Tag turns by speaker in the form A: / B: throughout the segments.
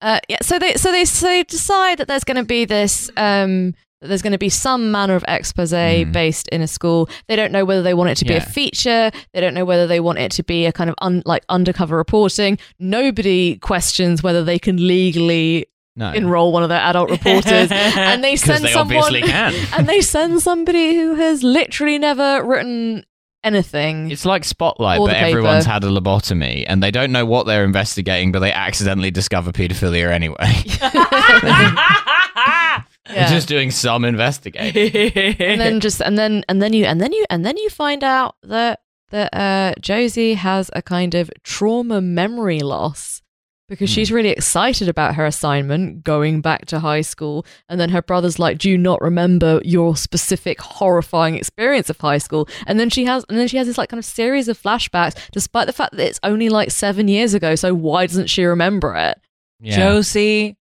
A: Uh, yeah, so they so they so they decide that there's going to be this um, that there's going to be some manner of expose
B: Mm.
A: based in a school. They don't know whether they want it to be
B: Yeah.
A: a feature. They don't know whether they want it to be a kind of un, like undercover reporting. Nobody questions whether they can legally
B: No.
A: enroll one of their adult reporters, and they
B: because
A: send
B: they
A: someone
B: obviously can.
A: and they send somebody who has literally never written anything.
B: It's like Spotlight,
A: Or
B: but
A: the paper.
B: everyone's had a lobotomy and they don't know what they're investigating, but they accidentally discover paedophilia anyway.
A: Yeah.
B: They're just doing some investigating.
A: and then just and then and then you and then you and then you find out that that uh, Josie has a kind of trauma memory loss because
B: Hmm.
A: she's really excited about her assignment going back to high school and then her brother's like do you not remember your specific horrifying experience of high school and then she has and then she has this like kind of series of flashbacks despite the fact that it's only like 7 years ago so why doesn't she remember it
B: Yeah.
C: Josie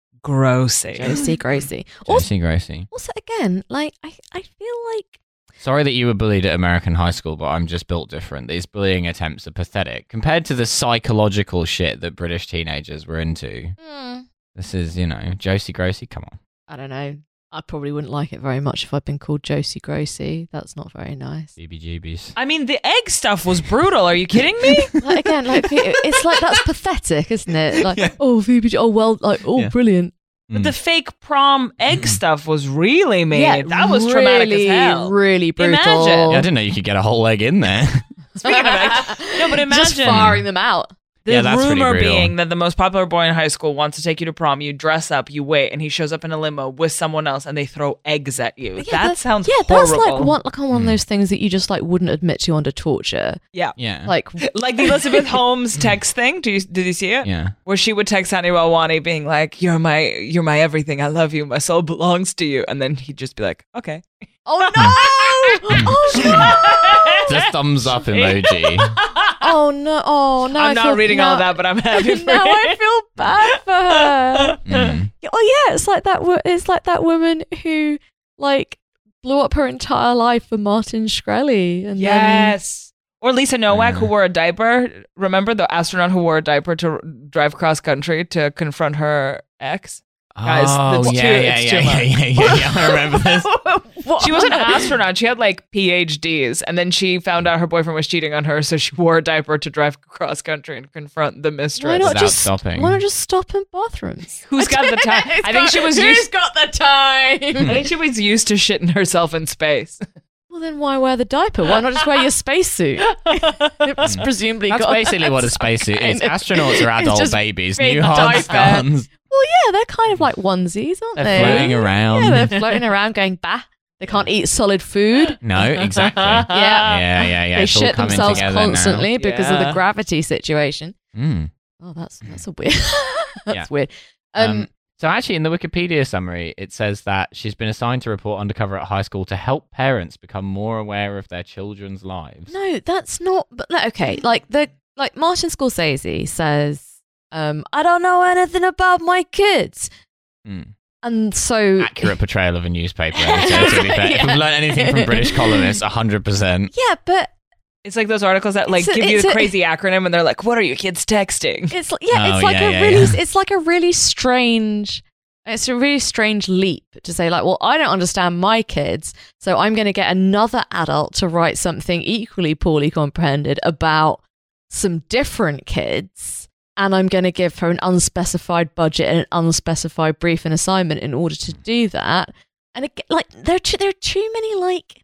C: Grossi.
A: Josie Gracie also,
B: Josie Gracie.
A: also again like I I feel like
B: Sorry that you were bullied at American high school, but I'm just built different. These bullying attempts are pathetic compared to the psychological shit that British teenagers were into.
A: hmm,
B: This is, you know, Josie Gracie. Come on.
A: I don't know. I probably wouldn't like it very much if I'd been called Josie Gracie. That's not very nice.
B: BBGBs.
C: I mean, the egg stuff was brutal. Are you kidding me?
A: Like, again, like it's like that's pathetic, isn't it? Like, oh, Phoebe, Jo- oh well, like oh,
B: Yeah.
A: brilliant.
B: Mm.
C: the fake prom egg stuff was really mean. that was
A: Mm-hmm. really,
C: traumatic as hell.
A: Really brutal.
C: Imagine.
B: Yeah, I didn't know you could get a whole leg in there.
C: Speaking of eggs, no, but
A: Just
C: imagine
A: firing them out.
C: the
B: Yeah, that's pretty
C: rumor
B: brutal.
C: being that the most popular boy in high school wants to take you to prom. You dress up, you wait, and he shows up in a limo with someone else, and they throw eggs at you.
A: But yeah,
C: that
A: that's-
C: sounds
A: Yeah, that's
C: horrible.
A: like one, like on one of
B: Mm.
A: those things that you just like wouldn't admit to under torture.
C: Yeah.
B: yeah.
A: Like,
C: Like the Elizabeth Holmes text thing. Do you did you see it?
B: yeah.
C: Where she would text Annie Walwani being like, "You're my, you're my everything. I love you. My soul belongs to you." And then he'd just be like, "Okay."
A: oh no, oh no,
B: The thumbs up emoji.
A: oh no, oh no.
C: I'm
A: I
C: not
A: feel-
C: reading
A: now,
C: all that, but I'm happy for
A: Now
C: it.
A: I feel bad for her.
B: Mm.
A: Yeah, Oh yeah, it's like that. wo- It's like that woman who like blew up her entire life for Martin Shkreli, and
C: Yes. Or Lisa Nowak, who
B: Yeah.
C: wore a diaper. Remember the astronaut who wore a diaper to r- drive cross country to confront her ex? Guys,
B: oh,
C: that's
B: yeah,
C: too-
B: yeah,
C: it's
B: yeah,
C: too
B: yeah,
C: much.
B: yeah, yeah, yeah. I remember this.
A: then What?
C: She was an astronaut. She had like PhDs. And then she found out her boyfriend was cheating on her. So she wore a diaper to drive cross country and confront the
A: Why
C: mistress.
A: not
B: Without
A: just
B: stopping.
A: Why not just stop in bathrooms?
C: Who's got the time? I think she was used.
A: got the time?
C: I think she was used to shitting herself in space.
A: well, then why wear the diaper? Why not just wear your spacesuit? It's presumably
B: That's
A: got
B: basically what a spacesuit
A: kind
B: is.
A: of-
B: Astronauts are
A: it's
B: adult
A: just
B: babies.
A: big
B: New hard
A: diaper.
B: scones.
A: Well, yeah, they're kind of like onesies, aren't
B: They're
A: they?
B: floating around.
A: Yeah, they're floating around going bah. They can't eat solid food.
B: No, exactly. yeah,
A: Yeah.
B: yeah, yeah.
A: they
B: it's all
A: shit
B: coming
A: themselves
B: together now.
A: constantly because of
C: Yeah.
A: the gravity situation.
B: Mm.
A: Oh, that's that's a weird. that's
B: Yeah.
A: weird. Um,
B: Um, so actually, in the Wikipedia summary, it says that she's been assigned to report undercover at high school to help parents become more aware of their children's lives.
A: no, that's not. But like, okay, like the like Martin Scorsese says, um, I don't know anything about my kids,
B: Mm.
A: and so
B: Accurate portrayal of a newspaper. I would say, to be fair. If
A: Yeah.
B: we've learned anything from British columnists, hundred percent.
A: yeah, but
C: It's like those articles that like
A: It's a-
C: give you
A: it's
C: the
A: a-
C: crazy acronym and they're like, what are you kids texting?
A: it's like- yeah,
B: Oh,
A: it's like
B: yeah,
A: a
B: yeah,
A: really it's like a really strange. It's a really strange leap to say, like, well, I don't understand my kids, so I'm going to get another adult to write something equally poorly comprehended about some different kids and I'm going to give her an unspecified budget and an unspecified brief and assignment in order to do that. And it, like there are too, there are too many like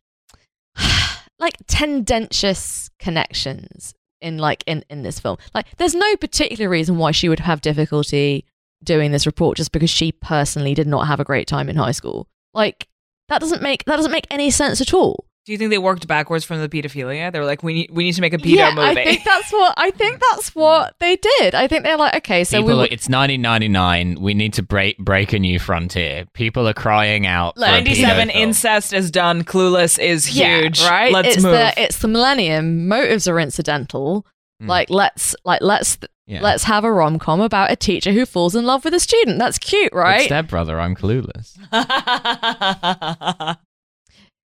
A: like tendentious connections in like in in this film. Like there's no particular reason why she would have difficulty doing this report just because she personally did not have a great time in high school. Like that doesn't make that doesn't make any sense at all.
C: Do you think they worked backwards from the pedophilia? They were like, we need, we need to make a pedo
A: yeah,
C: movie.
A: I think that's what I think that's what they did. I think they're like, okay, so
B: People,
A: we
B: are-
A: will-
B: it's 1999. We need to break break a new frontier. People are crying out. for a
C: 97
B: pedo film.
C: incest is done. Clueless is huge.
A: Yeah, right?
C: Let's
A: it's
C: move.
A: The, it's the millennium. Motives are incidental.
B: Mm.
A: Like let's like let's
B: Yeah.
A: let's have a rom com about a teacher who falls in love with a student. That's cute,
B: It's
A: right?
B: their brother. I'm clueless.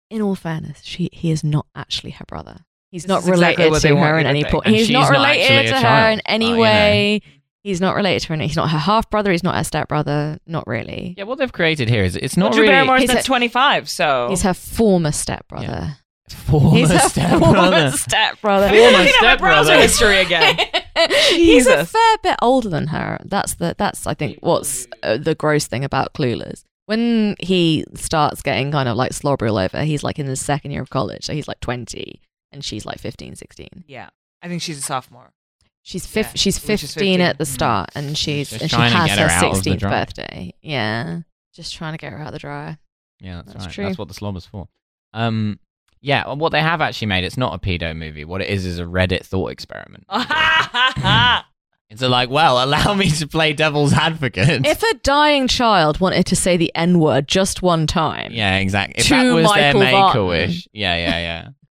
A: In all fairness, she he is not actually her brother. He's
C: This
A: not
C: is exactly
A: related
C: what they
A: to
C: want
A: her
C: you
A: in
C: to
A: any
C: think.
A: point.
B: And
A: He's
B: she's
A: not
B: not
A: related
B: actually a
A: to her
B: child,
A: in any
B: but, you know.
A: way. He's not related to her. He's not her half brother. He's not her stepbrother. Not really.
B: Yeah, what they've created here is it's not
C: Drew
B: really
C: Barrymore's
A: He's
C: that's
A: a-
C: 25, so.
A: He's her former stepbrother.
B: former
A: He's her former
B: stepbrother.
A: stepbrother.
B: Former
C: Looking at my browser
B: stepbrother.
C: history again.
A: He's a
C: Jesus.
A: fair bit older than her. That's the that's I think what's uh, the gross thing about Clueless. When he starts getting kind of like slobber all over, he's like in his second year of college, so he's like 20 and she's like 15, 16.
C: yeah. I think she's a sophomore.
A: She's fif-
C: Yeah,
A: she's
C: I think
A: 15,
C: she's
A: at the
C: 15.
A: start and she's,
B: Just
A: and she
B: Mm. trying to
A: has
B: get
A: her,
B: her out of the
A: 16th
B: drama.
A: birthday. Yeah. Just trying to get her out of the dryer.
B: Yeah, that's,
A: That's
B: right.
A: true.
B: That's what the slob is for. Um, yeah, well, what they have actually made, it's not a pedo movie. What it is is a Reddit thought experiment. It's a like, well, allow me to play devil's advocate.
A: If a dying child wanted to say the N word just one time,
B: yeah, exactly. If
A: To
B: that was
A: Michael
B: their
A: Vartan.
B: make a wish. Yeah, yeah, yeah.